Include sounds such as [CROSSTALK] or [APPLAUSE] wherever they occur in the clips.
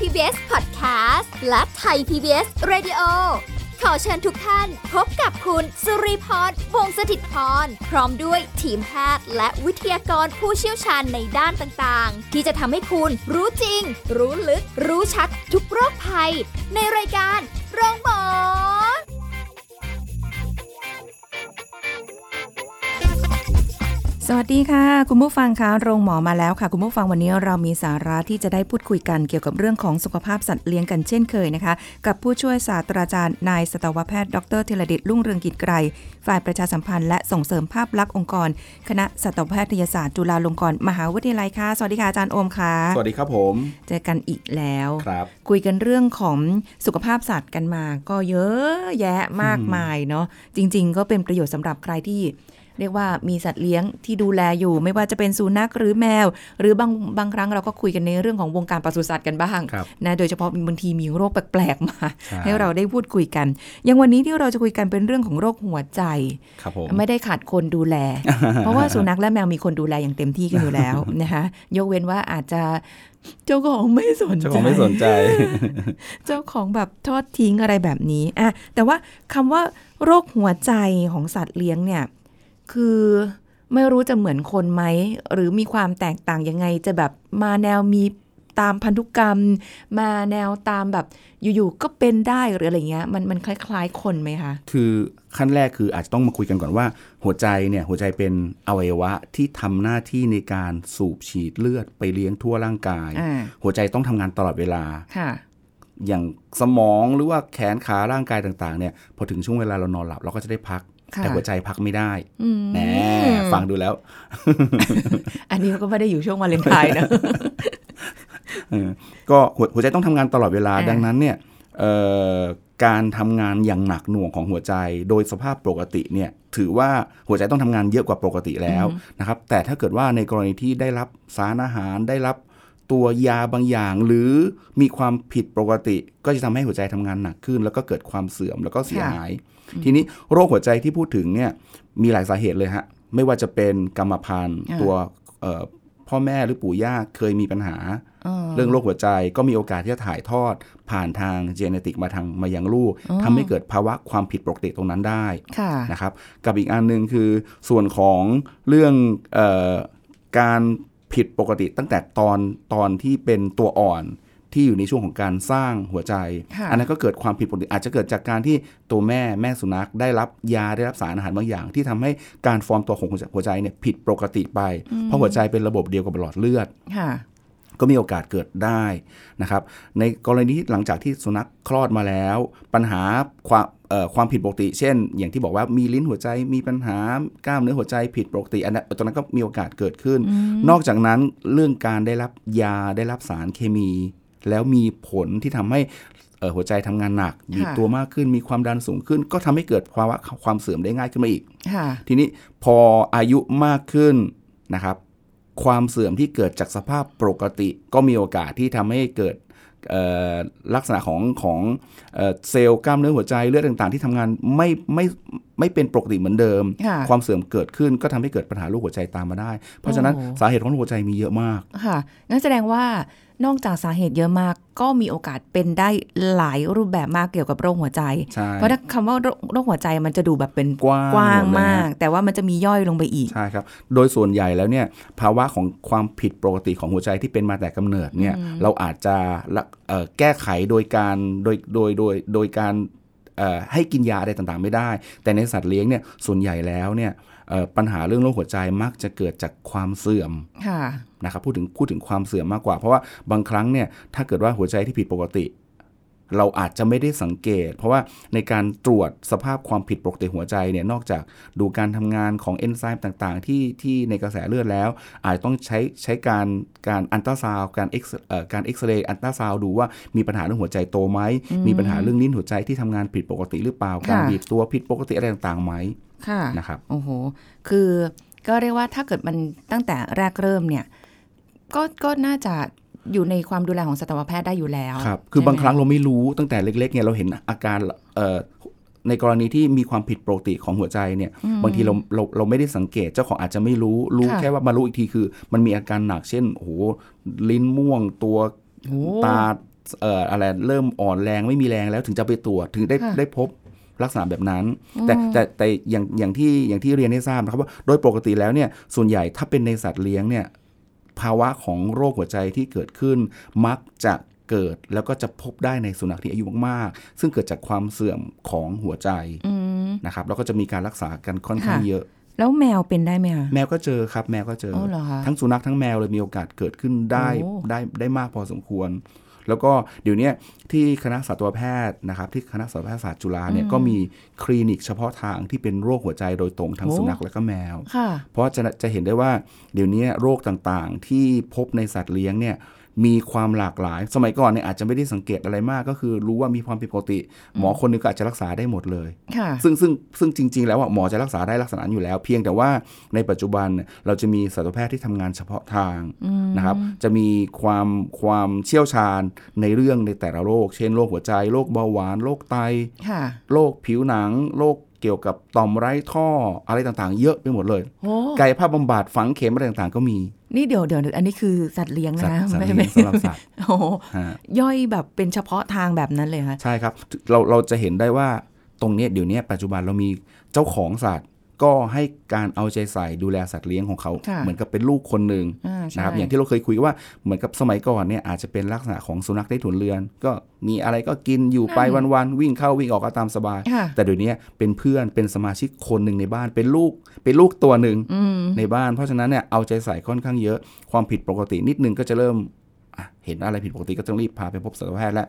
PBS Podcast และไทย PBS Radio ขอเชิญทุกท่านพบกับคุณ สุริพรวงศสถิตพร พร้อมด้วยทีมแพทย์และวิทยากรผู้เชี่ยวชาญในด้านต่างๆ ที่จะทำให้คุณรู้จริง รู้ลึก รู้ชัดทุกโรคภัย ในรายการโรงพยาบาล สวัสดีค่ะ คุณผู้ฟังคะโรงหมอมาแล้วค่ะ คุณผู้ฟังวันนี้เรามีสาระที่จะได้พูดคุยกันเกี่ยวกับเรื่องของสุขภาพสัตว์เลี้ยงกันเช่นเคยนะคะ กับผู้ช่วยศาสตราจารย์นายสัตวแพทย์ดรธีรดิตรุ่งเรืองกิจไกรฝ่ายประชาสัมพันธ์และส่งเสริมภาพลักษณ์องค์กร คณะสัตวแพทยศาสตร์จุฬาลงกรณ์มหาวิทยาลัยค่ะสวัสดีค่ะอาจารย์โอมค่ะ สวัสดีครับผม เจอกันอีกแล้ว ครับ คุยกันเรื่องของสุขภาพสัตว์กันมา ก็เยอะแยะมากมายเนาะจริง ๆ ก็เป็นประโยชน์สำหรับใครที่ เรียกว่ามีสัตว์เลี้ยงที่ดูแลอยู่ ไม่ว่าจะเป็นสุนัขหรือแมว หรือบางบางครั้งเราก็คุยกันในเรื่องของวงการปศุสัตว์กันบ้าง ครับ นะโดยเฉพาะบางทีมีโรคแปลกๆมา ใช่ ให้เราได้พูดคุยกัน อย่างวันนี้ที่เราจะคุยกันเป็นเรื่องของโรคหัวใจ ครับผม ไม่ได้ขาดคนดูแล [LAUGHS] เพราะว่าสุนัขและแมวมีคนดูแลอย่างเต็มที่กันอยู่แล้ว นะคะยกเว้นว่าอาจจะเจ้าของไม่สนใจ เจ้าของไม่สนใจ เจ้าของแบบทอดทิ้งอะไรแบบนี้อะแต่ว่าคำว่าโรคหัวใจของสัตว์เลี้ยงเนี่ย คือไม่รู้จะเหมือนคนไหม หรือมีความแตกต่างยังไง จะแบบมาแนวมีตามพันธุกรรม มาแนวตามแบบอยู่ๆก็เป็นได้หรืออะไรเงี้ย มันมันคล้าย ๆ คนไหมคะ คือขั้นแรกคืออาจจะต้องมาคุยกันก่อนว่า หัวใจเนี่ยหัวใจเป็นอวัยวะที่ทำหน้าที่ในการสูบฉีดเลือดไปเลี้ยงทั่วร่างกาย อ่า หัวใจต้องทำงานตลอดเวลา ค่ะ อย่างสมองหรือว่าแขนขาร่างกายต่างๆเนี่ยพอถึงช่วงเวลาเรานอนหลับเราก็จะได้พัก ค่ะ แต่หัวใจพักไม่ได้ อืม แหมฟังดูแล้ว อันนี้ก็ไม่ได้อยู่ช่วงวาเลนไทน์นะ เออก็หัวหัวใจต้องทำงานตลอดเวลา อ่า ดังนั้นเนี่ยเอ่อการทำงานอย่างหนักหน่วงของหัวใจ โดยสภาพปกติเนี่ยถือว่าหัวใจต้องทำงานเยอะกว่าปกติแล้วนะครับแต่ถ้าเกิดว่าในกรณีที่ได้รับสารอาหารได้รับตัวยาบางอย่าง หรือมีความผิดปกติ ก็จะทำให้หัวใจทำงานหนักขึ้น แล้วก็เกิดความเสื่อมแล้วก็เสีย ค่ะ หาย ทีนี้โรคหัวใจที่พูดถึงเนี่ยมีหลายสาเหตุเลยฮะ ไม่ว่าจะเป็นกรรมพันธุ์ อ่า ตัวเอ่อพ่อแม่หรือปู่ย่าเคยมีปัญหา อ๋อ เรื่องโรคหัวใจก็มีโอกาสที่จะถ่ายทอด ผ่านทางเจเนติกมาทางมายังลูก อ๋อ ทำให้เกิดภาวะความผิดปกติตรงนั้นได้ ค่ะ นะครับ กับอีกอันหนึ่งคือส่วนของเรื่องเออการผิดปกติตั้งแต่ตอนตอนที่เป็นตัวอ่อนที่อยู่ในช่วงของการสร้างหัวใจ ค่ะ อันนั้นก็เกิดความผิดปกติอาจจะเกิดจากการที่ตัวแม่แม่สุนัขได้รับยาได้รับสารอาหารบางอย่าง ที่ทำให้การฟอร์มตัวของหัวใจหัวใจเนี่ยผิดปกติไป เพราะหัวใจเป็นระบบเดียวกับหลอดเลือด ค่ะ ก็มีโอกาสเกิดได้นะครับ ในกรณีที่หลังจากที่สุนัขคลอดมาแล้ว ปัญหาความเอ่อความผิดปกติ เช่น อย่างที่บอกว่ามีลิ้นหัวใจมีปัญหากล้ามเนื้อหัวใจผิดปกติอันนั้นตอนนั้นก็มีโอกาสเกิดขึ้น นอกจากนั้นเรื่องการได้รับยาได้รับสารเคมี แล้วมีผลที่ทำให้เอ่อหัวใจทำงานหนักบีบ ค่ะ ตัวมากขึ้นมีความดันสูงขึ้น ก็ทำให้เกิดภาวะความเสื่อมได้ง่ายขึ้นมาอีก ค่ะ ทีนี้พออายุมากขึ้นนะครับ ความเสื่อมที่เกิดจากสภาพปกติ ก็มีโอกาสที่ทำให้เกิดเอ่อลักษณะของของเอ่อเซลล์กล้ามเนื้อหัวใจเลือดต่างๆ ที่ทำงานไม่ไม่ไม่เป็นปกติเหมือนเดิม ค่ะ ความเสื่อมเกิดขึ้นก็ทำให้เกิดปัญหาโรคหัวใจตามมาได้ เพราะฉะนั้น โอ้โห สาเหตุของโรคหัวใจมีเยอะมาก ค่ะงั้นแสดงว่านอกจากสาเหตุเยอะมาก ก็มีโอกาสเป็นได้หลายรูปแบบมากเกี่ยวกับโรคหัวใจ ใช่ เพราะถ้าคำว่าโรคโรคหัวใจมันจะดูแบบเป็น กว้าง กว้าง หดเลย มา ฮะ ก แต่ว่ามันจะมีย่อยลงไปอีก ใช่ครับ โดยส่วนใหญ่แล้วเนี่ยภาวะของความผิดปกติของหัวใจที่เป็นมาแต่กำเนิดเนี่ยเราอาจจะรักเอ่อแก้ไขโดยการโดยโดยโดยโดยการเอ่อให้กินยาอะไรต่างๆ ไม่ได้ แต่ในสัตว์เลี้ยงเนี่ยส่วนใหญ่แล้วเนี่ยเอ่อปัญหาเรื่องโรคหัวใจมักจะเกิดจากความเสื่อม ค่ะ นะครับพูดถึงพูดถึงความเสื่อมมากกว่า เพราะว่าบางครั้งเนี่ยถ้าเกิดว่าหัวใจที่ผิดปกติ เราอาจจะไม่ได้สังเกต เพราะว่าในการตรวจสภาพความผิดปกติหัวใจเนี่ยนอกจากดูการทำงานของเอนไซม์ต่างๆ ที่ที่ในกระแสเลือดแล้ว อาจจะต้องใช้ใช้การการอันตราซาวการเอ็กซ์เอ่อการเอ็กซเรย์อันตราซาวดูว่ามีปัญหาเรื่องหัวใจโตไหมมีปัญหาเรื่องลิ้นหัวใจที่ทำงานผิดปกติหรือเปล่าการ ค่ะ บีบตัวผิดปกติอะไรต่างๆไหม ค่ะ นะครับ โอ้โห คือก็เรียกว่าถ้าเกิดมันตั้งแต่แรกเริ่มเนี่ย ก็ก็น่าจะอยู่ในความดูแลของสัตวแพทย์ได้อยู่แล้ว ครับ คือบางครั้ง ใช่ไหม เราไม่รู้ตั้งแต่เล็กๆเนี่ยเราเห็นอาการเอ่อในกรณีที่มีความผิดปกติของหัวใจเนี่ย บางทีเราเราเราไม่ได้สังเกตเจ้าของอาจจะไม่รู้ รู้ ค่ะ แค่ว่ามารู้อีกทีคือ มันมีอาการหนักเช่น โอ้โห ลิ้นม่วงตัว โอ้ ตา เอ่ออะไรเริ่มอ่อนแรงไม่มีแรงแล้วถึงจะไปตรวจถึงได้ ค่ะ ได้พบลักษณะแบบนั้น แต่แต่แต่อย่างอย่างที่อย่างที่เรียนให้ทราบนะครับว่าโดยปกติแล้วเนี่ยส่วนใหญ่ถ้าเป็นในสัตว์เลี้ยงเนี่ยภาวะของโรคหัวใจที่เกิดขึ้น มักจะเกิดแล้วก็จะพบได้ในสุนัขที่อายุมากๆ ซึ่งเกิดจากความเสื่อมของหัวใจ อืม นะครับแล้วก็จะมีการรักษากันค่อนข้าง ค่ะ เยอะ แล้วแมวเป็นได้ไหมคะ [LAUGHS] แมวก็เจอครับแมวก็เจอ อ๋อเหรอคะ ทั้งสุนัขทั้งแมวเลยมีโอกาสเกิดขึ้นได้ โอ้ ได้ได้มากพอสมควร แล้วก็เดี๋ยวเนี้ยที่คณะสัตวแพทย์นะครับที่คณะสัตวแพทยศาสตร์จุฬาเนี่ยก็มีคลินิกเฉพาะทางที่เป็นโรคหัวใจโดยตรงทั้งสุนัขและก็แมว ค่ะ เพราะจะจะเห็นได้ว่าเดี๋ยวนี้โรคต่างๆ ที่พบในสัตว์เลี้ยงเนี่ยมีความหลากหลาย สมัยก่อนเนี่ยอาจจะไม่ได้สังเกตอะไรมาก ก็คือรู้ว่ามีความผิดปกติ หมอคนหนึงก็อาจจะรักษาได้หมดเลย ค่ะ ซึ่งซึ่งซึ่งจริง ๆ แล้วอะหมอจะรักษาได้ลักษณะนั้นอยู่แล้ว เพียงแต่ว่าในปัจจุบันเนี่ยเราจะมีสัตวแพทย์ที่ทำงานเฉพาะทางนะครับจะมีความความเชี่ยวชาญในเรื่องในแต่ละโรค เช่นโรคหัวใจโรคเบาหวานโรคไต ค่ะ โรคผิวหนังโรคเกี่ยวกับต่อมไร้ท่ออะไรต่างๆ เยอะไปหมดเลย โอ้ กายภาพบำบัดฝังเข็มอะไรต่างๆ ก็มี นี่เดี๋ยวเดี๋ยวอันนี้คือสัตว์เลี้ยง สัต นะ ว์สัตว์ ไม่ เลี้ย ไม่ งสำหรับสัตว์ โอ้โห ฮะ ย่อยแบบเป็นเฉพาะทางแบบนั้นเลยค่ะ ใช่ครับ เราเราจะเห็นได้ว่าตรงเนี้ยเดี๋ยวเนี้ยปัจจุบันเรามีเจ้าของสัตว์ ก็ให้การเอาใจใส่ดูแลสัตว์เลี้ยงของเขา ค่ะ เหมือนกับเป็นลูกคนหนึ่ง อ่าใช่ นะครับอย่างที่เราเคยคุยว่าเหมือนกับสมัยก่อนเนี่ยอาจจะเป็นลักษณะของสุนัขได้ถุนเรือน ก็มีอะไรก็กินอยู่ไปวันๆวิ่งเข้าวิ่งออกก็ตามสบาย ค่ะ แต่เดี๋ยวนี้เป็นเพื่อนเป็นสมาชิกคนหนึ่งในบ้านเป็นลูกเป็นลูกตัวหนึ่ง อืม ในบ้าน เพราะฉะนั้นเนี่ยเอาใจใส่ค่อนข้างเยอะความผิดปกตินิดนึงก็จะเริ่มอ่ะเห็นอะไรผิดปกติก็ต้องรีบพาไปพบสัตวแพทย์แล้ว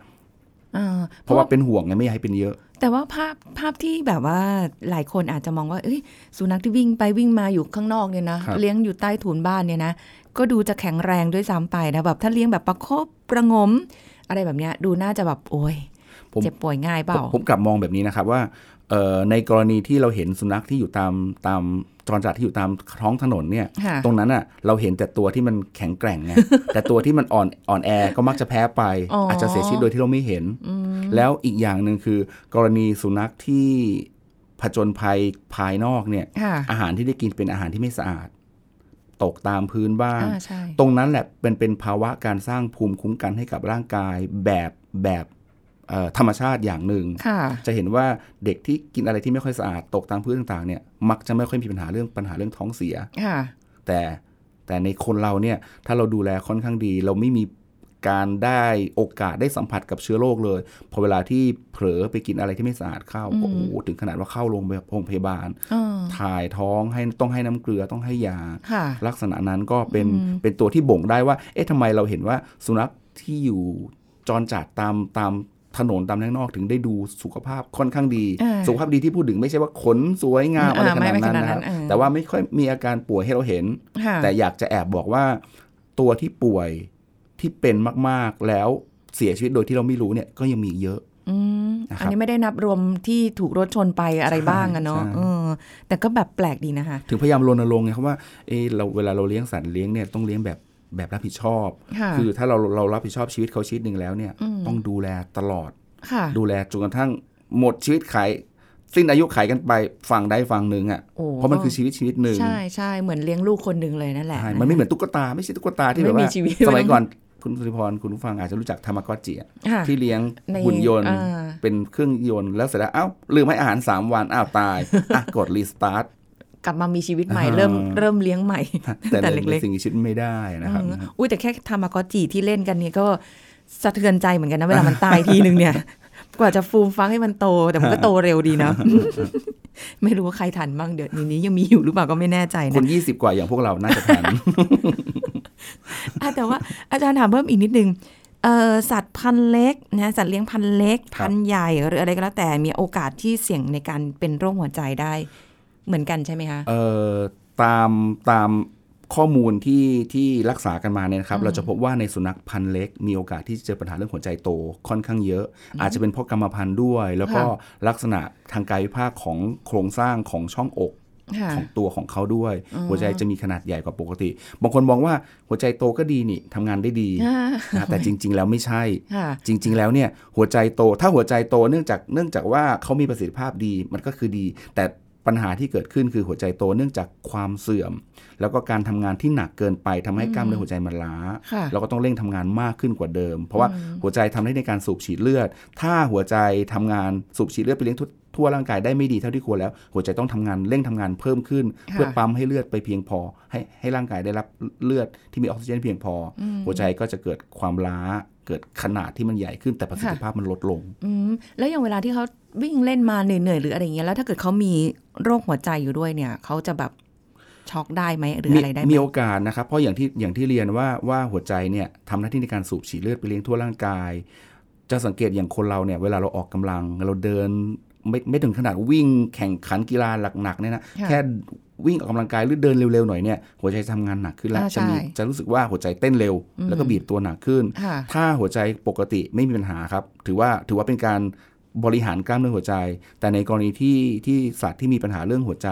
อ่า เพราะว่าเป็นห่วงไงไม่อยากให้เป็นเยอะ แต่ว่าภาพภาพที่แบบว่าหลายคนอาจจะมองว่าเอ้ยสุนัขที่วิ่งไปวิ่งมาอยู่ข้างนอกเนี่ยนะ ครับ เลี้ยงอยู่ใต้ถุนบ้านเนี่ยนะ ก็ดูจะแข็งแรงด้วยซ้ำไปนะแบบถ้าเลี้ยงแบบประคบประหงม อะไรแบบเนี้ยดูน่าจะแบบโอ้ย ผม เจ็บป่วยง่ายเป ผม ล่า ผมกลับมองแบบนี้นะครับว่าเอ่อในกรณีที่เราเห็นสุนัขที่อยู่ตามตามจรจัดที่อยู่ตามท้องถนนเนี่ย ค่ะ ตรงนั้นอ่ะเราเห็นแต่ตัวที่มันแข็งแกร่ง [LAUGHS] ไง แต่ตัวที่มันอ่อนอ่อนแอก็มักจะแพ้ไป อ๋ออ อาจจะเสียชีวิตโดยที่เราไม่เห็น แล้วอีกอย่างหนึ่งคือกรณีสุนัขที่ผจญภัยภายนอกเนี่ย ค่ะ อาหารที่ได้กินเป็นอาหารที่ไม่สะอาด ตกตามพื้นบ้าง อ่าใช่ ตรงนั้นแหละเป็นเป็นภาวะการสร้างภูมิคุ้มกันให้กับร่างกายแบบแบบเอ่อธรรมชาติอย่างหนึ่ง ค่ะ จะเห็นว่าเด็กที่กินอะไรที่ไม่ค่อยสะอาดตกตามพื้นต่างๆเนี่ยมักจะไม่ค่อยมีปัญหาเรื่องปัญหาเรื่องท้องเสีย ค่ะ แต่แต่ในคนเราเนี่ยถ้าเราดูแลค่อนข้างดี เราไม่มีการได้โอกาสได้สัมผัสกับเชื้อโรคเลย พอเวลาที่เผลอไปกินอะไรที่ไม่สะอาดเข้าก็โอ้โหถึงขนาดว่าเข้าโรงพยาบาลโรงพยาบาล อ่า ถ่ายท้องให้ต้องให้น้ำเกลือต้องให้ยา ค่ะ ลักษณะนั้นก็เป็น อืม เป็นตัวที่บ่งได้ว่า เอ๊ะทำไมเราเห็นว่าสุนัขที่อยู่จรจัดตามตามถนนตามข้างนอกถึงได้ดูสุขภาพค่อนข้างดี อ่า สุขภาพดีที่พูดถึงไม่ใช่ว่าขนสวยงามอะไร อ่า ข ไม่ นาด ไม่ นั้น ขนาดนั้ นะคน รับ เออ แต่ว่าไม่ค่อยมีอาการป่วยให้เราเห็น ค่ะ แต่อยากจะแอบบอกว่าตัวที่ป่วยที่เป็นมากๆแล้วเสียชีวิตโดยที่เราไม่รู้เนี่ยก็ยังมีอีกเยอะ อืม นะครับ อันนี้ไม่ได้นับรวมที่ถูกรถชนไปอะไร ใช่ บ้างอะเนาะ ใช่ เออ แต่ก็แบบแปลกดีนะคะ ถึงพยายามรณรงค์ไงครับว่าเอยเราเวลาเราเลี้ยงสัตว์เลี้ยงเนี่ยต้องเลี้ยงแบบแบบรับผิดชอบ ค่ะ คือถ้าเราเรารับผิดชอบชีวิตเขาชีวิตหนึ่งแล้วเนี่ย อืม ต้องดูแลตลอด ค่ะ ดูแลจนกระทั่งหมดชีวิตขายสิ้นอายุขายกันไปฝั่งใดฝั่งหนึ่งอะ่ะ โอ้ เพราะมันคือชีวิตชีวิตหนึ่ง ใช่ใช่เหมือนเลี้ยงลูกคนหนึ่งเลยนั่นแหละ ใช่มันไม่เหมือนตุ๊กตาไม่ใช่ตุ๊กตาที่แบบ ไม่มี ว่า ชีวิต สมัยก่อนคุณสุริพรคุณผู้ฟังอาจจะรู้จักธรรมกอจิอะ ค่ะ ที่เลี้ยง ใน หุ่นยนต์ อ่า เป็นเครื่องยนต์แล้วเสร็จแล้วเอ้าลืมให้อาหาร 3 วันอ้าวตายอ่ะกดรีสตาร์ท กลับมามีชีวิตใหม่ อ่า เริ่มเริ่มเลี้ยงใหม่ แต่ แต่ เล็ เล็ ก ก ๆสิ่งมีชีวิตไม่ได้นะครับ เอออุ้ยแต่แค่ทามากอจิที่เล่นกันเนี่ยก็สะเทือนใจเหมือนกันนะเวลา [LAUGHS] มันตายทีนึงเนี่ย กว่าจะฟูมฟักให้มันโตแต่มันก็โตเร็วดีนะ [LAUGHS] ไม่รู้ว่าใครทันบ้างเดี๋ยวนี้ยังมีอยู่หรือเปล่าก็ไม่แน่ใจนะ คน 20 กว่าอย่างพวกเราน่าจะทัน อ่ะแต่ว่าอาจารย์ถามเพิ่มอีกนิดนึงเออสัตว์พันธุ์เล็กนะสัตว์เลี้ยงพันธุ์เล็ก ครับ พันธุ์ใหญ่หรืออะไรก็แล้วแต่มีโอกาสที่เสี่ยงในการเป็นโรคหัวใจได้ เหมือนกันใช่ไหมคะ เอ่อตามตามข้อมูลที่ที่รักษากันมาเนี่ยนะครับเราจะพบว่าในสุนัขพันธุ์เล็ก มีโอกาสที่จะเจอปัญหาเรื่องหัวใจโตค่อนข้างเยอะ อาจจะเป็นเพราะกรรมพันธุ์ด้วย แล้วก็ ค่ ลักษณะทางกายวิภาคของโครงสร้างของช่องอก ค่ะ ของตัวของเขาด้วย หัวใจจะมีขนาดใหญ่กว่าปกติ บางคนมองว่าหัวใจโตก็ดีนี่ทำงานได้ดี อ่า นะแต่จริง ๆ แล้วไม่ใช่ [LAUGHS] ค่ะ จริง ๆ แล้วเนี่ยหัวใจโตถ้าหัวใจโตเนื่องจากเนื่องจากว่าเขามีประสิทธิภาพดีมันก็คือดี แต่ ปัญหาที่เกิดขึ้นคือหัวใจโตเนื่องจากความเสื่อม แล้วก็การทำงานที่หนักเกินไปทำให้กล้ามเนื้อหัวใจมันล้า ค่ะ เราก็ต้องเร่งทำงานมากขึ้นกว่าเดิม เพราะว่า อืม หัวใจทำได้ในการสูบฉีดเลือด ถ้าหัวใจทำงานสูบฉีดเลือดไปเลี้ยงทั่วทั่วร่างกายได้ไม่ดีเท่าที่ควรแล้ว หัวใจต้องทำงานเร่งทำงานเพิ่มขึ้น เพื่อปั๊มให้เลือดไปเพียงพอ ให้ให้ร่างกายได้รับเลือดที่มีออกซิเจนเพียงพออ อืม หัวใจก็จะเกิดความล้าเกิดขนาดที่มันใหญ่ขึ้นแต่ประสิทธิภาพมันลดลง อืมแล้วอย่างเวลาที่เขาวิ่งเล่นมาเหนื่อยๆหรืออะไรอย่างเงี้ยแล้วถ้าเกิดเขามีโรคหัวใจอยู่ด้วยเนี่ยเขาจะแบบช็อกได้ไหมหรืออะไรได้ไหม มีโอกาสนะครับ เพราะอย่างที่อย่างที่เรียนว่าว่าหัวใจเนี่ยทำหน้าที่ในการสูบฉีดเลือดไปเลี้ยงทั่วร่างกาย จะสังเกตอย่างคนเราเนี่ยเวลาเราออกกำลังเราเดินไม่ไม่ถึงขนาดวิ่งแข่งขันกีฬาหนักๆเนี่ยนะ ะ แค่วิ่งออกกำลังกายหรือเดินเร็วๆหน่อยเนี่ยหัวใจจะทำงานหนักขึ้นแล้ว อ่า จะมี ใช่ จะรู้สึกว่าหัวใจเต้นเร็ว อืม แล้วก็บีบตัวหนักขึ้น ค่ะ ถ้าหัวใจปกติไม่มีปัญหาครับ ถือว่าถือว่าเป็นการบริหารกล้ามเนื้อหัวใจ แต่ในกรณีที่ที่สัตว์ที่มีปัญหาเรื่องหัวใจ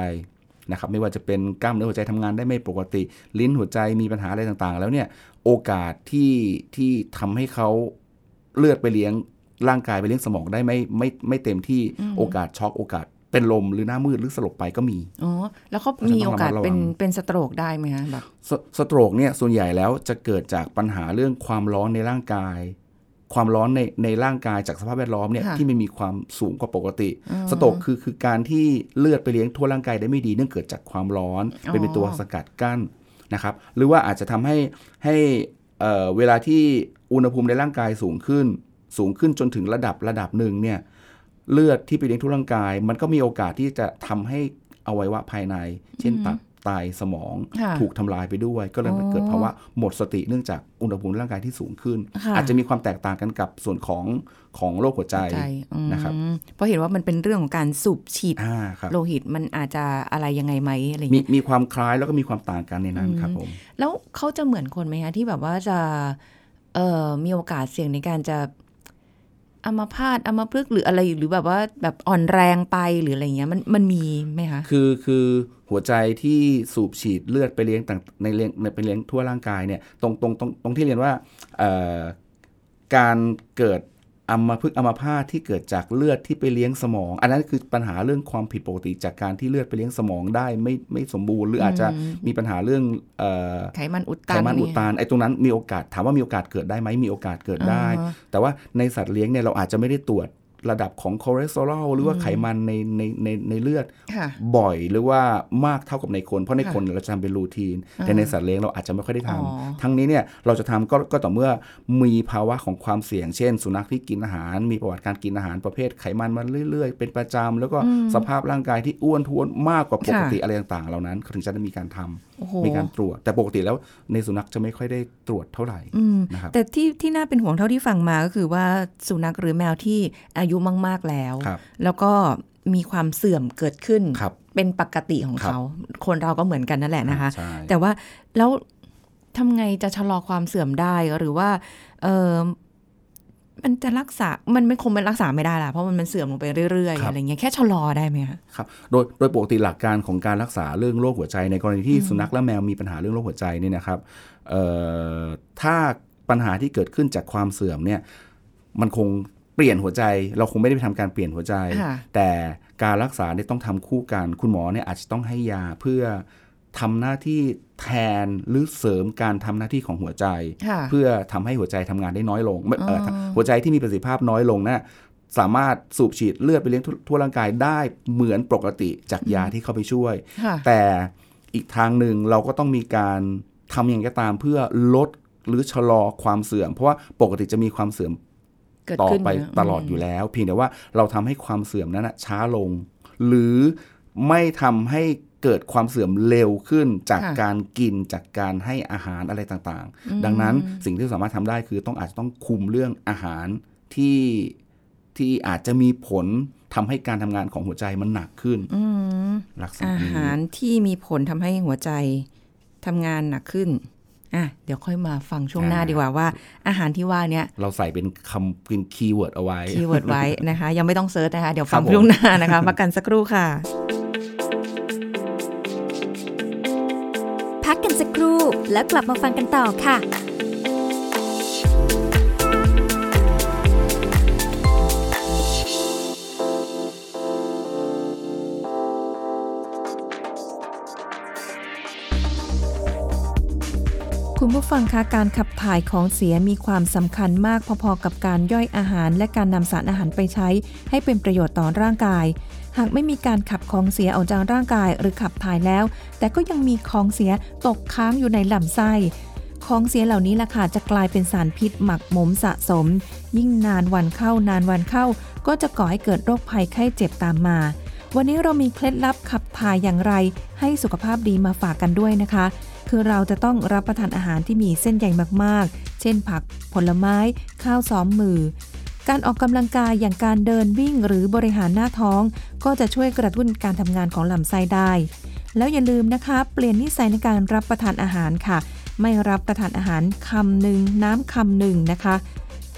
นะครับ ไม่ว่าจะเป็นกล้ามเนื้อหัวใจทำงานได้ไม่ปกติ ลิ้นหัวใจมีปัญหาอะไรต่างๆ แล้วเนี่ยโอกาสที่ที่ทำให้เขาเลือดไปเลี้ยงร่างกายไปเลี้ยงสมองได้ไม่ไม่ไม่เต็มที่ อืม โอกาสช็อกโอกาสเป็นลมหรือหน้ามืดหรือสลบไปก็มี อ๋อแล้วเขา เพราะฉะนั้น มีโอกาส ต้องระวัง เป็นเป็นสโตรกได้ไหมคะแบบ สสโตรกเนี่ยส่วนใหญ่แล้วจะเกิดจากปัญหาเรื่องความร้อนในร่างกาย ความร้อนในในร่างกายจากสภาพแวดล้อมเนี่ย ค่ะ ที่ไม่มีความสูงกว่าปกติ อืม สโตรกคือคือการที่เลือดไปเลี้ยงทั่วร่างกายได้ไม่ดีเนื่องเกิดจากความร้อน อ๋อ เป็นเป็นตัวสกัดกั้นนะครับ หรือว่าอาจจะทำให้ให้เอ่อเวลาที่อุณหภูมิในร่างกายสูงขึ้น สูงขึ้นจนถึงระดับระดับหนึ่งเนี่ยเลือดที่ไปเลี้ยงทั่วร่างกาย มันก็มีโอกาสที่จะทำให้อวัยวะภายใน เช่นตับไตสมอง ค่ะ ถูกทำลายไปด้วย ก็เลย อ๋อ เกิดภาวะหมดสติเนื่องจากอุณหภูมิร่างกายที่สูงขึ้น ค่ะ อาจจะมีความแตกต่างกันกับส่วนของของโรคหัวใจ ใจอืม นะครับ เพราะเห็นว่ามันเป็นเรื่องของการสูบฉีด อ่าครับ โลหิตมันอาจจะอะไรยังไงไหมอะไรอย่าง มี เงี้ย มีความคล้ายแล้วก็มีความต่างกันในนั้น อืม ครับผม แล้วเขาจะเหมือนคนไหมคะที่แบบว่าจะเอ่อมีโอกาสเสี่ยงในการจะอัมพาตอัมพฤกษ์หรืออะไรหรือแบบว่าแบบอ่อนแรงไปหรืออะไรเงี้ยมันมันมีไหมคะ คือคือหัวใจที่สูบฉีดเลือดไปเลี้ยงต่างในเลี้ยงในไปเลี้ยงทั่วร่างกายเนี่ยตรงตรงตรงตรงที่เรียนว่าเอ่อการเกิดอัมพฤกษ์อัมพาตที่เกิดจากเลือดที่ไปเลี้ยงสมอง อันนั้นคือปัญหาเรื่องความผิดปกติจากการที่เลือดไปเลี้ยงสมองได้ไม่ไม่สมบูรณ์หรืออาจจะ อืม มีปัญหาเรื่องเอ่อ ไขมันอุด ไข ตัน มันอุดตันไอ้ตรงนั้นมีโอกาสถามว่ามีโอกาสเกิดได้ไหมมีโอกาสเกิดได้ อ่าฮะ แต่ว่าในสัตว์เลี้ยงเนี่ยเราอาจจะไม่ได้ตรวจระดับของคอเลสเตอรอลหรือว่า อืม ไขมันในในในในเลือด ค่ะ บ่อยหรือว่ามากเท่ากับในคนเพราะใน ค่ะ คนเราจะทำเป็นรูทีน อ่า แต่ในสัตว์เลี้ยงเราอาจจะไม่ค่อยได้ทำ อ๋อ ทั้งนี้เนี่ยเราจะทำก็ก็ต่อเมื่อมีภาวะของความเสี่ยง เช่น สุนัขที่กินอาหาร มีประวัติการกินอาหารประเภทไขมันมาเรื่อย ๆ เป็นประจำแล้วก็ อืม สภาพร่างกายที่อ้วนท้วนมากกว่าปก ค่ะ ติอะไรต่างๆ เหล่านั้นเขาถึงจะได้มีการทำ โอ้โห มีการตรวจ แต่ปกติแล้วในสุนัขจะไม่ค่อยได้ตรวจเท่าไหร่ อืม นะครับ แต่ที่ที่น่าเป็นห่วงเท่าที่ฟังมาก็คือว่าสุนัขหรือแมวที่อายุมาก ๆ แล้ว ครับ แล้วก็มีความเสื่อมเกิดขึ้น ครับ เป็นปกติของเขา คนเราก็เหมือนกันนั่นแหละนะคะ ใช่ แต่ว่าแล้วทำไงจะชะลอความเสื่อมได้หรือว่าเออมันจะรักษา มันไม่คงมันรักษาไม่ได้ละเพราะมันมันเสื่อมลงไปเรื่อย ๆ อะไรเงี้ยแค่ชะลอได้ไหมคะ ครับ โดยโดยปกติหลักการของการรักษาเรื่องโรคหัวใจ ในกรณีที่สุนัขและแมวมีปัญหาเรื่องโรคหัวใจเนี่ยนะครับเอ่อถ้าปัญหาที่เกิดขึ้นจากความเสื่อมเนี่ย มันคงเปลี่ยนหัวใจ เราคงไม่ได้ไปทำการเปลี่ยนหัวใจ ค่ะ แต่การรักษาเนี่ยต้องทำคู่กัน คุณหมอเนี่ยอาจจะต้องให้ยาเพื่อทำหน้าที่แทนหรือเสริมการทำหน้าที่ของหัวใจ ค่ะ เพื่อทำให้หัวใจทำงานได้น้อยลงไม่เอ่ออ อ หัวใจที่มีประสิทธิภาพน้อยลงนะสามารถสูบฉีดเลือดไปเลี้ยงทั่วทั่วร่างกายได้เหมือนปกติจากยาที่เข้าไปช่วย ค่ะ แต่อีกทางหนึ่งเราก็ต้องมีการทำอย่างไรก็ตามเพื่อลดหรือชะลอความเสื่อม เพราะว่าปกติจะมีความเสื่อม เกิด ต่อ ขึ้น ไป นะ ตลอดอยู่แล้ว เพียงแต่ว่าเราทำให้ความเสื่อมนั้นนะช้าลง หรือไม่ทำให้เกิดความเสื่อมเร็วขึ้นจากการกินจากการให้อาหารอะไรต่างๆ อืม ดังนั้นสิ่งที่สามารถทำได้คือต้องอาจจะต้องคุมเรื่องอาหารที่ที่อาจจะมีผลทำให้การทำงานของหัวใจมันหนักขึ้น อืม ลักษณะ อา นี้ หารที่มีผลทำให้หัวใจทำงานหนักขึ้น อ่ะ เดี๋ยวค่อยมาฟังช่วงหน้า อ่า ดีกว่าว่า อาหารที่ว่าเนี้ย เราใส่เป็นคำเป็นคีย์เวิร์ดเอาไว้ คีย์เวิร์ดไว้ [LAUGHS] นะคะ ยังไม่ต้องเซิร์ชนะคะ เดี๋ยวฟัง ครับผม ช่วงหน้านะคะมากันสักครู่ค่ะ พักกันสักครู่แล้วกลับมาฟังกันต่อค่ะ 「 คุณผู้ฟังคะการขับถ่ายของเสียมีความสำคัญมากพอๆกับการย่อยอาหาร และการนำสารอาหารไปใช้ ให้เป็นประโยชน์ต่อร่างกาย หากไม่มีการขับของเสียออกจากร่างกายหรือขับถ่ายแล้ว แต่ก็ยังมีของเสียตกค้างอยู่ในลำไส้ ของเสียเหล่านี้ล่ะค่ะจะกลายเป็นสารพิษหมักหมมสะสม ยิ่งนานวันเข้านานวันเข้า ก็จะก่อให้เกิดโรคภัยไข้เจ็บตามมา วันนี้เรามีเคล็ดลับขับถ่ายอย่างไร ให้สุขภาพดีมาฝากกันด้วยนะคะ คือเราจะต้องรับประทานอาหารที่มีเส้นใยมากๆ เช่นผัก ผลไม้ ข้าวซ้อมมือ การออกกำลังกายอย่างการเดินวิ่งหรือบริหารหน้าท้อง ก็จะช่วยกระตุ้นการทำงานของลำไส้ได้ แล้วอย่าลืมนะคะ เปลี่ยนนิสัยในการรับประทานอาหารค่ะ ไม่รับประทานอาหารคำหนึ่งน้ำคำหนึ่งนะคะ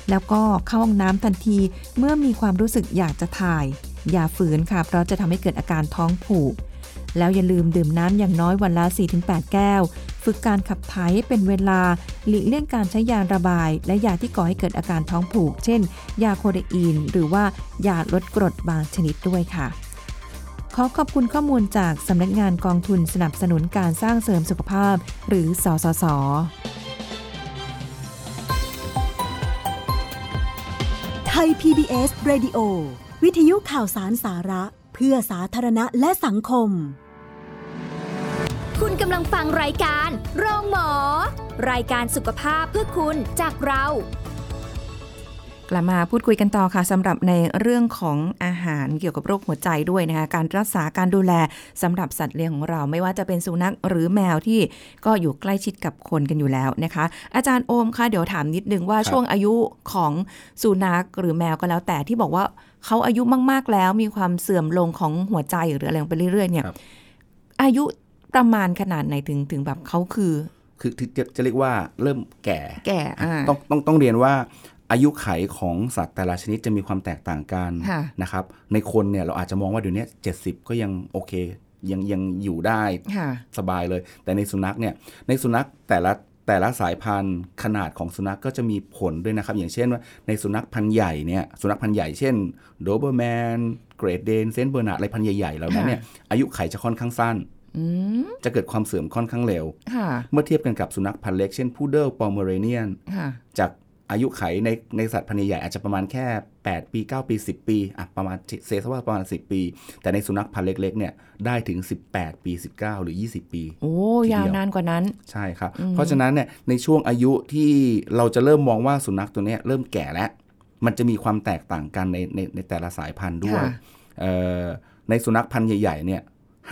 แล้วก็เข้าห้องน้ำทันทีเมื่อมีความรู้สึกอยากจะถ่าย อย่าฝืนค่ะ เพราะจะทำให้เกิดอาการท้องผูก แล้วอย่าลืมดื่มน้ำอย่างน้อยวันละ 4-8 แก้ว ฝึกการขับถ่ายให้เป็นเวลา หลีกเลี่ยงการใช้ยาระบาย และยาที่ก่อให้เกิดอาการท้องผูก เช่น ยาโคเดอีน หรือว่ายาลดกรดบางชนิดด้วยค่ะ ขอขอบคุณข้อมูลจากสำนักงานกองทุนสนับสนุนการสร้างเสริมสุขภาพ หรือสสส ไทย PBS Radio วิทยุข่าวสารสาระ เพื่อสาธารณะและสังคม คุณกำลังฟังรายการ โรงหมอ รายการสุขภาพเพื่อคุณจากเรา กลับมาพูดคุยกันต่อค่ะสำหรับในเรื่องของอาหารเกี่ยวกับโรคหัวใจด้วยนะคะการรักษาการดูแลสำหรับสัตว์เลี้ยงของเราไม่ว่าจะเป็นสุนัขหรือแมวที่ก็อยู่ใกล้ชิดกับคนกันอยู่แล้วนะคะ อาจารย์โอมค่ะเดี๋ยวถามนิดนึงว่า ครับ ช่วงอายุของสุนัขหรือแมวก็แล้วแต่ที่บอกว่าเขาอายุมากๆแล้วมีความเสื่อมลงของหัวใจหรืออะไรลงไปเรื่อยๆเนี่ยอายุประมาณขนาดไหนถึงถึงแบบเขาคือ คือคือจะจะเรียกว่าเริ่มแก่ แก่อ่า ต้องต้องต้องเรียนว่าอายุไขของสัตว์แต่ละชนิดจะมีความแตกต่างกัน ค่ะ นะครับ ในคนเนี่ยเราอาจจะมองว่าเดี๋ยวนี้70 ก็ยังโอเค ยังยังอยู่ได้ ค่ะ สบายเลย แต่ในสุนัขเนี่ยในสุนัขแต่ละแต่ละสายพันธุ์ขนาดของสุนัขก็จะมีผลด้วยนะครับ อย่างเช่นว่าในสุนัขพันธุ์ใหญ่เนี่ยสุนัขพันธุ์ใหญ่เช่นโดเบอร์แมนเกรดเดนเซนเบอร์นาอะไรพันธุ์ใหญ่ๆเหล่านั้นเนี่ยอายุไขจะค่อนข้างสั้น อืม จะเกิดความเสื่อมค่อนข้างเร็ว ค่ะ เมื่อเทียบกันกับสุนัขพันธุ์เล็กเช่นพูเดิลปอมเมอเรเนียน ค่ะ จากอายุไขในในสัตว์พันธุ์ใหญ่ๆอาจจะประมาณแค่ 8 ปี 9 ปี 10 ปีอ่ะประมาณเซซะว่าประมาณ 10 ปี แต่ในสุนัขพันธุ์เล็กๆเนี่ยได้ถึง 18 ปี 19 หรือ 20 ปี โอ้ ทีเดียว ยาวนานกว่านั้น ใช่ครับ อืม เพราะฉะนั้นเนี่ยในช่วงอายุที่เราจะเริ่มมองว่าสุนัขตัวเนี้ยเริ่มแก่แล้ว มันจะมีความแตกต่างกันในในในแต่ละสายพันธุ์ด้วย ค่ะ เอ่อในสุนัขพันธุ์ใหญ่ ๆ เนี่ย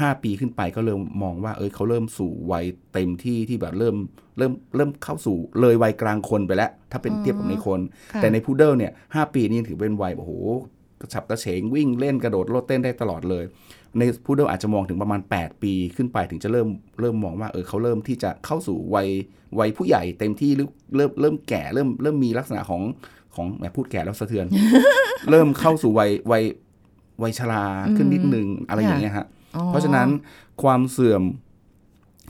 ห้าปีขึ้นไปก็เริ่มมองว่า เอ้ยเขาเริ่มสู่วัยเต็มที่ที่แบบเริ่มเริ่มเริ่มเข้าสู่เลยวัยกลางคนไปแล้ว ถ้าเป็น อ๋อ เทียบกับในคน ค่ะ แต่ในพูดเดิลเนี่ยห้าปีนี่ถือเป็นวัย โอ้โห กระฉับกระเฉงวิ่งเล่นกระโดดโลดเต้นได้ตลอดเลย ในพูดเดิลอาจจะมองถึงประมาณ 8 ปีขึ้นไปถึงจะเริ่มเริ่มมองว่าเออเขาเริ่มที่จะเข้าสู่วัยวัยผู้ใหญ่เต็มที่หรือเริ่มเริ่มแก่เริ่มเริ่มมีลักษณะของของแหมพูดแก่แล้วสะเทือน [LAUGHS] เริ่มเข้าสู่วัยวัยวัยชราขึ้นนิดนึงอะไรอย่างเงี้ยฮะ อ๋อ เพราะฉะนั้นความเสื่อม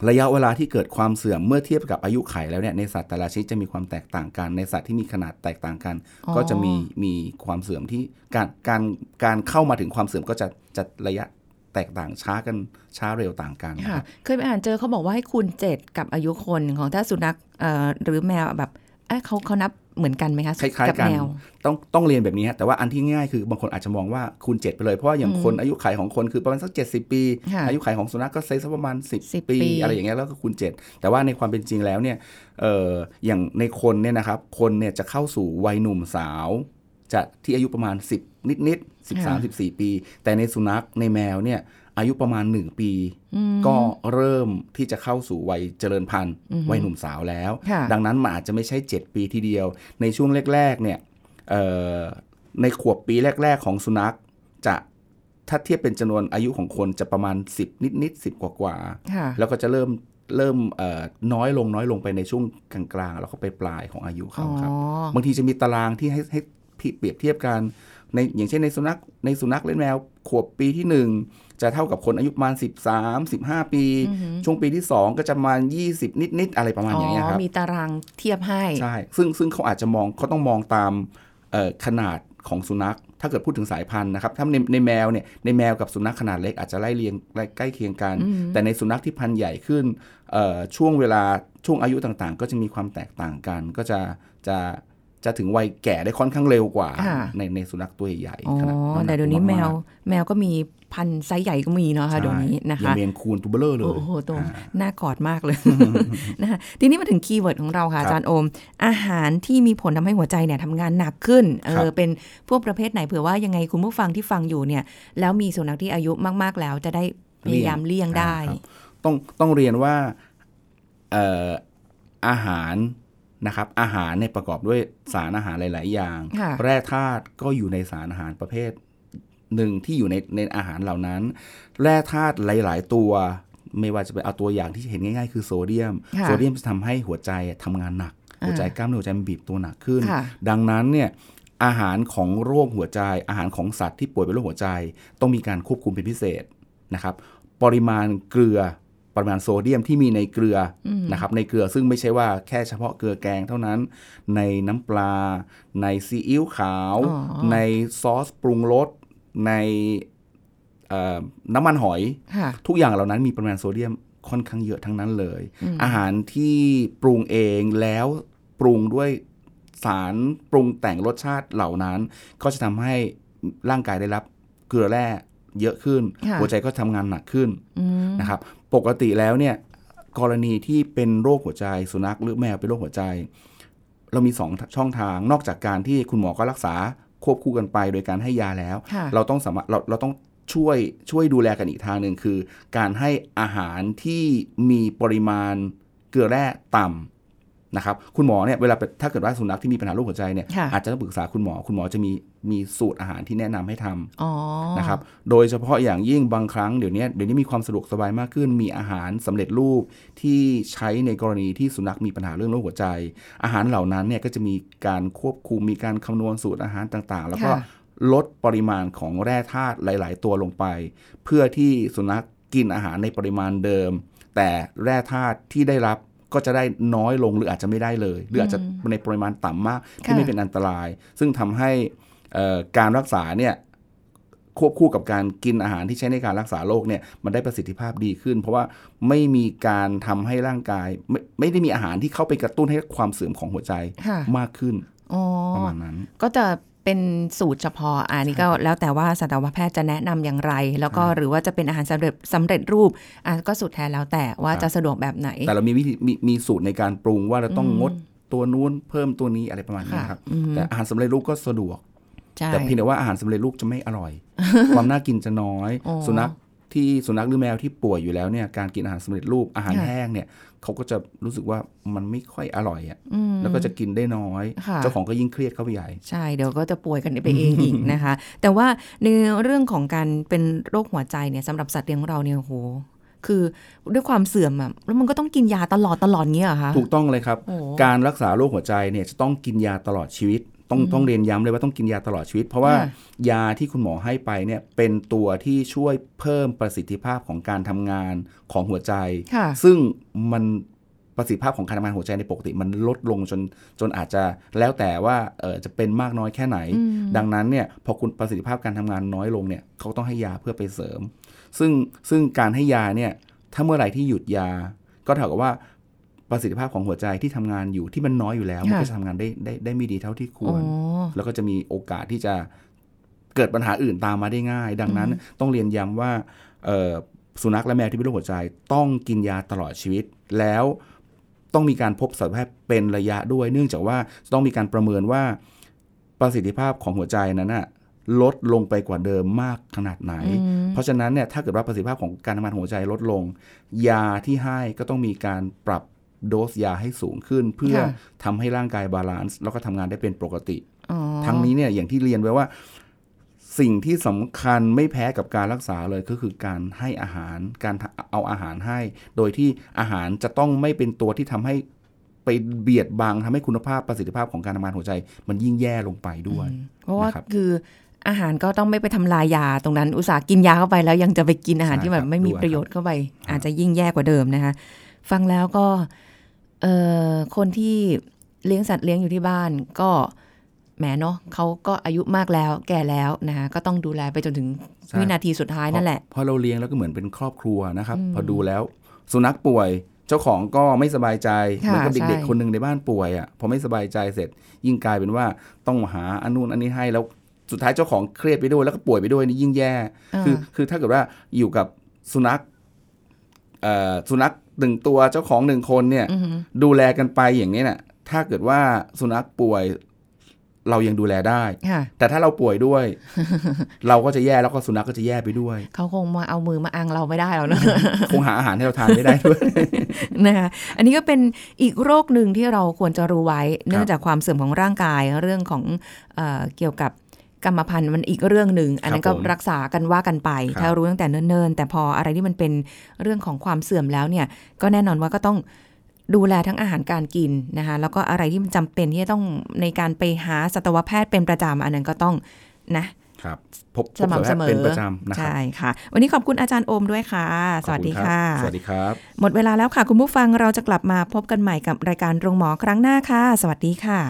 ระยะเวลาที่เกิดความเสื่อมเมื่อเทียบกับอายุไขแล้วเนี่ยในสัตว์แต่ละชนิดจะมีความแตกต่างกันในสัตว์ที่มีขนาดแตกต่างกัน อ๋อ ก็จะมีมีความเสื่อมที่การการการเข้ามาถึงความเสื่อมก็จะจะระยะแตกต่างช้ากันช้าเร็วต่างกันนะ ค่ะ ครับ เคยไปอ่านเจอเขาบอกว่าให้คูณเจ็ดกับอายุคนของถ้าสุนัขเอ่อหรือแมวแบบเอ้ยเขาเขานับเหมือนกันไหมคะ คล้ายๆ กับ กัน แมว ต้องต้องเรียนแบบนี้ฮะแต่ว่าอันที่ง่ายคือบางคนอาจจะมองว่าคูณ7ไปเลยเพราะว่าอย่างคนอายุไขของคนคือประมาณสัก 70 ปี ค่ะ อายุไขของสุนัขก็เซสักประมาณ 10 10 ปี ปี อะไรอย่างเงี้ยแล้วก็คูณ 7 แต่ว่าในความเป็นจริงแล้วเนี่ยเอออย่างในคนเนี่ยนะครับคนเนี่ยจะเข้าสู่วัยหนุ่มสาว จะที่อายุประมาณ 10 นิดนิดๆ13 14 ปี แต่ในสุนัขในแมวเนี่ยอายุประมาณ 1 ปี อืม ก็เริ่มที่จะเข้าสู่วัยเจริญพันธุ์ อือฮึ วัยหนุ่มสาวแล้ว ค่ะ ดังนั้นมันอาจจะไม่ใช่ 7 ปีทีเดียว ในช่วงแรก ๆ เนี่ยเอ่อในขวบปีแรก ๆ ของสุนัขจะถ้าเทียบเป็นจำนวนอายุของคนจะประมาณ 10 นิด ๆ 10 กว่า ค่ะ ๆแล้วก็จะเริ่มเริ่มเอ่อน้อยลงน้อยลงไปในช่วงกลางๆ แล้วก็ไปปลายของอายุ อ๋ เขา อ ครับ บางทีจะมีตารางที่ให้ให้พี่เปรียบเทียบกันในอย่างเช่นในสุนัขในสุนัขเล่นแมว ขวบปีที่ 1 จะเท่ากับคนอายุประมาณ 13 15 ปี อือหือ ช่วงปีที่ 2 ก็จะประมาณ 20 นิด ๆ อะไรประมาณอย่างเงี้ยครับ มีตารางเทียบให้ ใช่ซึ่งซึ่งเขาอาจจะมองเขาต้องมองตามเอ่อขนาดของสุนัข ถ้าเกิดพูดถึงสายพันธุ์นะครับถ้าในในแมวเนี่ยในแมวกับสุนัขขนาดเล็กอาจจะไล่เลียงใกล้ใกล้เคียงกัน อืม แต่ในสุนัขที่พันธุ์ใหญ่ขึ้นเอ่อช่วงเวลาช่วงอายุต่างๆ ก็จะมีความแตกต่างกัน ก็จะจะจะถึงวัยแก่ได้ค่อนข้างเร็วกว่า ค่ะ ในในสุนัขตัวใหญ่ อ๋อ ขนาดำหก แต่เดี๋ยวนี้แมว ากๆ แมวก็มีพันธุ์ไซส์ใหญ่ก็มีเนาะค่ะ ใช่ เดี๋ยวนี้นะ อย่า คะ งเมนคูนตูเบลเลอร์เลย โอ้โหตรง อ่า น่ากอดมากเลย นะคะทีนี้มาถึงคีย์เวิร์ดของเราค่ะ ครับ อาจารย์โอม อาหารที่มีผลทำให้หัวใจเนี่ยทำงานหนักขึ้นเอ ครั อบ เป็นพวกประเภทไหนเผื่อว่ายังไงคุณผู้ฟังที่ฟังอยู่เนี่ย แล้วมีสุนัขที่อายุมาก ๆ แล้วจะได้พยายามเลี่ยงได้ อ่าครับต้องต้องเรียนว่าเอ่ออาหารนะครับอาหารเนี่ยประกอบด้วยสารอาหารหลาย ๆ อย่าง ค่ะ แร่ธาตุก็อยู่ในสารอาหารประเภทหนึ่งที่อยู่ในในอาหารเหล่านั้น แร่ธาตุหลาย ๆ ตัว ไม่ว่าจะเป็นเอาตัวอย่างที่เห็นง่าย ๆ คือโซเดียม ค่ะ โซเดียมจะทำให้หัวใจทำงานหนัก อ่า หัวใจกล้ามเนื้อหัวใจมันบีบตัวหนักขึ้น ค่ะ ดังนั้นเนี่ยอาหารของโรคหัวใจ อาหารของสัตว์ที่ป่วยเป็นโรคหัวใจ ต้องมีการควบคุมเป็นพิเศษนะครับ ปริมาณเกลือปริมาณโซเดียมที่มีในเกลืออนะครับในเกลือซึ่งไม่ใช่ว่าแค่เฉพาะเกลือแกงเท่านั้น ในน้ำปลา ในซีอิ๊วขาว อ๋อ ในซอสปรุงรสในเอ่อน้ำมันหอย ค่ะ ทุกอย่างเหล่านั้นมีปริมาณโซเดียมค่อนข้างเยอะทั้งนั้นเลย อืม อาหารที่ปรุงเองแล้วปรุงด้วยสารปรุงแต่งรสชาติเหล่านั้น ก็จะทำให้ร่างกายได้รับเกลือแร่เยอะขึ้น ค่ะ หัวใจก็ทำงานหนักขึ้น อืม นะครับ ปกติแล้วเนี่ยกรณีที่เป็นโรคหัวใจสุนัขหรือแมวเป็นโรคหัวใจ เรามีสองช่องทาง นอกจากการที่คุณหมอก็รักษาควบคู่กันไปโดยการให้ยาแล้ว ค่ะ เราต้องสามารถเราเราต้องช่วยช่วยดูแลกันอีกทางหนึ่งคือ การให้อาหารที่มีปริมาณเกลือแร่ต่ำนะครับ คุณหมอเนี่ยเวลาไปถ้าเกิดว่าสุนัขที่มีปัญหาโรคหัวใจเนี่ย ค่ะ อาจจะต้องปรึกษาคุณหมอ คุณหมอจะมีมีสูตรอาหารที่แนะนำให้ทำ อ๋อ นะครับ โดยเฉพาะอย่างยิ่งบางครั้งเดี๋ยวนี้เดี๋ยวนี้มีความสะดวกสบายมากขึ้น มีอาหารสำเร็จรูปที่ใช้ในกรณีที่สุนัขมีปัญหาเรื่องโรคหัวใจ อาหารเหล่านั้นเนี่ยก็จะมีการควบคุมมีการคำนวณสูตรอาหารต่าง ๆ แล้วก็ ค่ะ ลดปริมาณของแร่ธาตุหลาย ๆ ตัวลงไป เพื่อที่สุนัขกินอาหารในปริมาณเดิม แต่แร่ธาตุที่ได้รับก็จะได้น้อยลงหรืออาจจะไม่ได้เลย หรืออาจจะในปริมาณต่ำมากที่ ค่ะ ไม่เป็นอันตราย ซึ่งทำให้เอ่อการรักษาเนี่ยควบคู่กับการกินอาหารที่ใช้ในการรักษาโรคเนี่ยมันได้ประสิทธิภาพดีขึ้น เพราะว่าไม่มีการทำให้ร่างกายไม่ไม่ได้มีอาหารที่เข้าไปกระตุ้นให้ความเสื่อมของหัวใจ ค่ะ มากขึ้น อ๋อ ประมาณนั้น ก็จะเป็นสูตรเฉพาะอันนี้ก็แล้วแต่ว่าสัตวแพทย์จะแนะนำอย่างไร แล้วก็หรือว่าจะเป็นอาหารสำเร็จสำเร็จรูปอ่ะก็สุดแท้แล้วแต่ว่าจะสะดวกแบบไหน แต่เรามีวิธีมีมีสูตรในการปรุงว่าเราต้อง อืม งดตัวนู้นเพิ่มตัวนี้อะไรประมาณนี้ ค่ะ ครับ อืม แต่อาหารสำเร็จรูปก็สะดวก ใช่ แต่เพียงแต่ว่าอาหารสำเร็จรูปจะไม่อ [LAUGHS] ร่อย ความน่ากินจะน้อย อ๋อ สุนัขที่สุนัขหรือแมวที่ป่วยอยู่แล้วเนี่ยการกินอาหารสำเร็จรูปอาหาร ค่ะ แห้งเนี่ยเขาก็จะรู้สึกว่ามันไม่ค่อยอร่อยอ่ะ อืม แล้วก็จะกินได้น้อย ค่ะ เจ้าของก็ยิ่งเครียดเข้าไปใหญ่ ใช่เดี๋ยวก็จะป่วยกันไปเองอีกนะคะ แต่ว่าในเรื่องของการเป็นโรคหัวใจเนี่ยสำหรับสัตว์เลี้ยงเราเนี่ยโอ้โหคือด้วยความเสื่อมอะแล้วมันก็ต้องกินยาตลอดตลอดเงี้ยเหรอคะ ถูกต้องเลยครับ โอ้ การรักษาโรคหัวใจเนี่ยจะต้องกินยาตลอดชีวิต ต้องต้องเรียนย้ำเลยว่าต้องกินยาตลอดชีวิต เพราะว่า ค่ะ ยาที่คุณหมอให้ไปเนี่ยเป็นตัวที่ช่วยเพิ่มประสิทธิภาพของการทำงานของหัวใจ ค่ะ ซึ่งมันประสิทธิภาพของการทำงานหัวใจในปกติ มันลดลงจนจนอาจจะแล้วแต่ว่าเอ่อจะเป็นมากน้อยแค่ไหน อืม ดังนั้นเนี่ยพอคุณประสิทธิภาพการทำงานน้อยลงเนี่ยเขาต้องให้ยาเพื่อไปเสริม ซึ่งซึ่งการให้ยาเนี่ยถ้าเมื่อไหร่ที่หยุดยา ก็เท่ากับว่าประสิทธิภาพของหัวใจที่ทำงานอยู่ที่มันน้อยอยู่แล้ว มัน ค่ะ ก็จะทำงานได้ได้ได้ไม่ดีเท่าที่ค อ๋ ว อ ร แล้วก็จะมีโอกาสที่จะเกิดปัญหาอื่นตามมาได้ง่าย ดังนั้นต้องเรียนย้ำว่าเอ่อสุนัขและแมวที่เป็นโรคหัวใจ ต้องกินยาตลอดชีวิต แล้วต้องมีการพบสัตวแพทย์เป็นระยะด้วย เนื่องจากว่าต้องมีการประเมินว่าประสิทธิภาพของหัวใจนั้นน่ะลดลงไปกว่าเดิมมากขนาดไหน อืม เพราะฉะนั้นเนี่ยถ้าเกิดว่าประสิทธิภาพของการทำงานของหัวใจลดลง ยาที่ให้ก็ต้องมีการปรับโดสยาให้สูงขึ้น เพื่อ ค่ะ ทำให้ร่างกายบาลานซ์แล้วก็ทำงานได้เป็นปกติ อ๋อ ทั้งนี้เนี่ยอย่างที่เรียนไว้ว่า สิ่งที่สำคัญไม่แพ้กับการรักษาเลยก็คือการให้อาหารการเอาอาหารให้ โดยที่อาหารจะต้องไม่เป็นตัวที่ทำให้ไปเบียดบังทำให้คุณภาพประสิทธิภาพของการทำงานหัวใจ มันยิ่งแย่ลงไปด้วย เพราะว่า นะครับ คืออาหารก็ต้องไม่ไปทำลายยาตรงนั้น อุตส่าห์กินยาเข้าไปแล้วยังจะไปกินอาหาร ใช่ ที่แบบ ครับ ไม่มี ด้วย ประโยชน์เข้าไป ครับ อาจจะยิ่งแย่กว่าเดิมนะคะ ฟังแล้วก็เอ่อคนที่เลี้ยงสัตว์เลี้ยงอยู่ที่บ้านก็ แหมเนาะเขาก็อายุมากแล้วแก่แล้วนะคะก็ต้องดูแลไปจนถึง ใช่ วินาทีสุดท้ายนั่นแหละ เพราะเราเลี้ยงแล้วก็เหมือนเป็นครอบครัวนะครับ อืม พอดูแล้ว สุนัขป่วย เจ้าของก็ไม่สบายใจ ค่ะ เหมือนกับ ใช่ เด็กๆคนหนึ่งในบ้านป่วยอ่ะพอไม่สบายใจเสร็จ ยิ่งกลายเป็นว่าต้องหาอันนู่นอันนี้ให้แล้วสุดท้ายเจ้าของเครียดไปด้วยแล้วก็ป่วยไปด้วยนี่ยิ่งแย่ คือ เออ คือถ้าเกิดว่าอยู่กับสุนัขเอ่อสุนัขหนึ่งตัวเจ้าของหนึ่งคนเนี่ย อือหือ ดูแลกันไปอย่างนี้น่ะ ถ้าเกิดว่าสุนัขป่วย เรายังดูแลได้ ค่ะ แต่ถ้าเราป่วย [LAUGHS] ด้วย เราก็จะแย่แล้วก็สุนัขก็จะแย่ไปด้วย เขาคงมาเอามือมาอังเราไม่ได้แล้วเนอะ คงหาอาหารให้เราทานไม่ได้ [LAUGHS] ด้วย นะคะอันนี้ก็เป็นอีกโรคหนึ่งที่เราควรจะรู้ไว้ เนื่องจากความเสื่อมของร่างกายเรื่องของเออเกี่ยวกับกรรมพันธุ์มันอีกเรื่องหนึ่งอันนั้นก็ ผม รักษากันว่ากันไป ครับ ถ้ารู้ตั้งแต่เนิ่นๆแต่พออะไรที่มันเป็นเรื่องของความเสื่อมแล้วเนี่ยก็แน่นอนว่าก็ต้องดูแลทั้งอาหารการกินนะคะแล้วก็อะไรที่มันจำเป็นที่จะต้องในการไปหาสัตวแพทย์เป็นประจำอันนั้นก็ต้องนะ ครับ พบพ ส บ ม่ำเสมอ เป็นประจำนะครับ ใช่ค่ะ วันนี้ขอบคุณอาจารย์โอมด้วยค่ะ สวัสดี ขอบณรั ค่ะ บสวัสดีครับ หมดเวลาแล้วค่ะ คุณผู้ฟังเราจะกลับมาพบกันใหม่กับรายการโรงหมอครั้งหน้าค่ะ สวัสดีค่ะ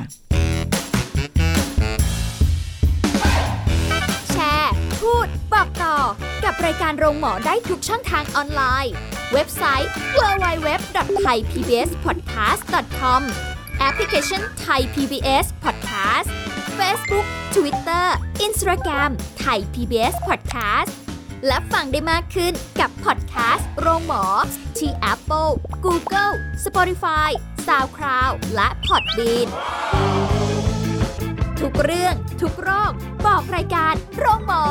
แชร์ พูด บอกต่อ กับรายการโรงหมอได้ทุกช่องทางออนไลน์ เว็บไซต์ www.thaipbspodcast.com แอปพลิเคชัน Thai PBS Podcast Facebook Twitter Instagram Thai PBS Podcast และฟังได้มากขึ้นกับพอดแคสต์โรงหมอ ที่ Apple, Google, Spotify, SoundCloud และ Podbean ทุกเรื่องทุกโรค บอกรายการโรงหมอ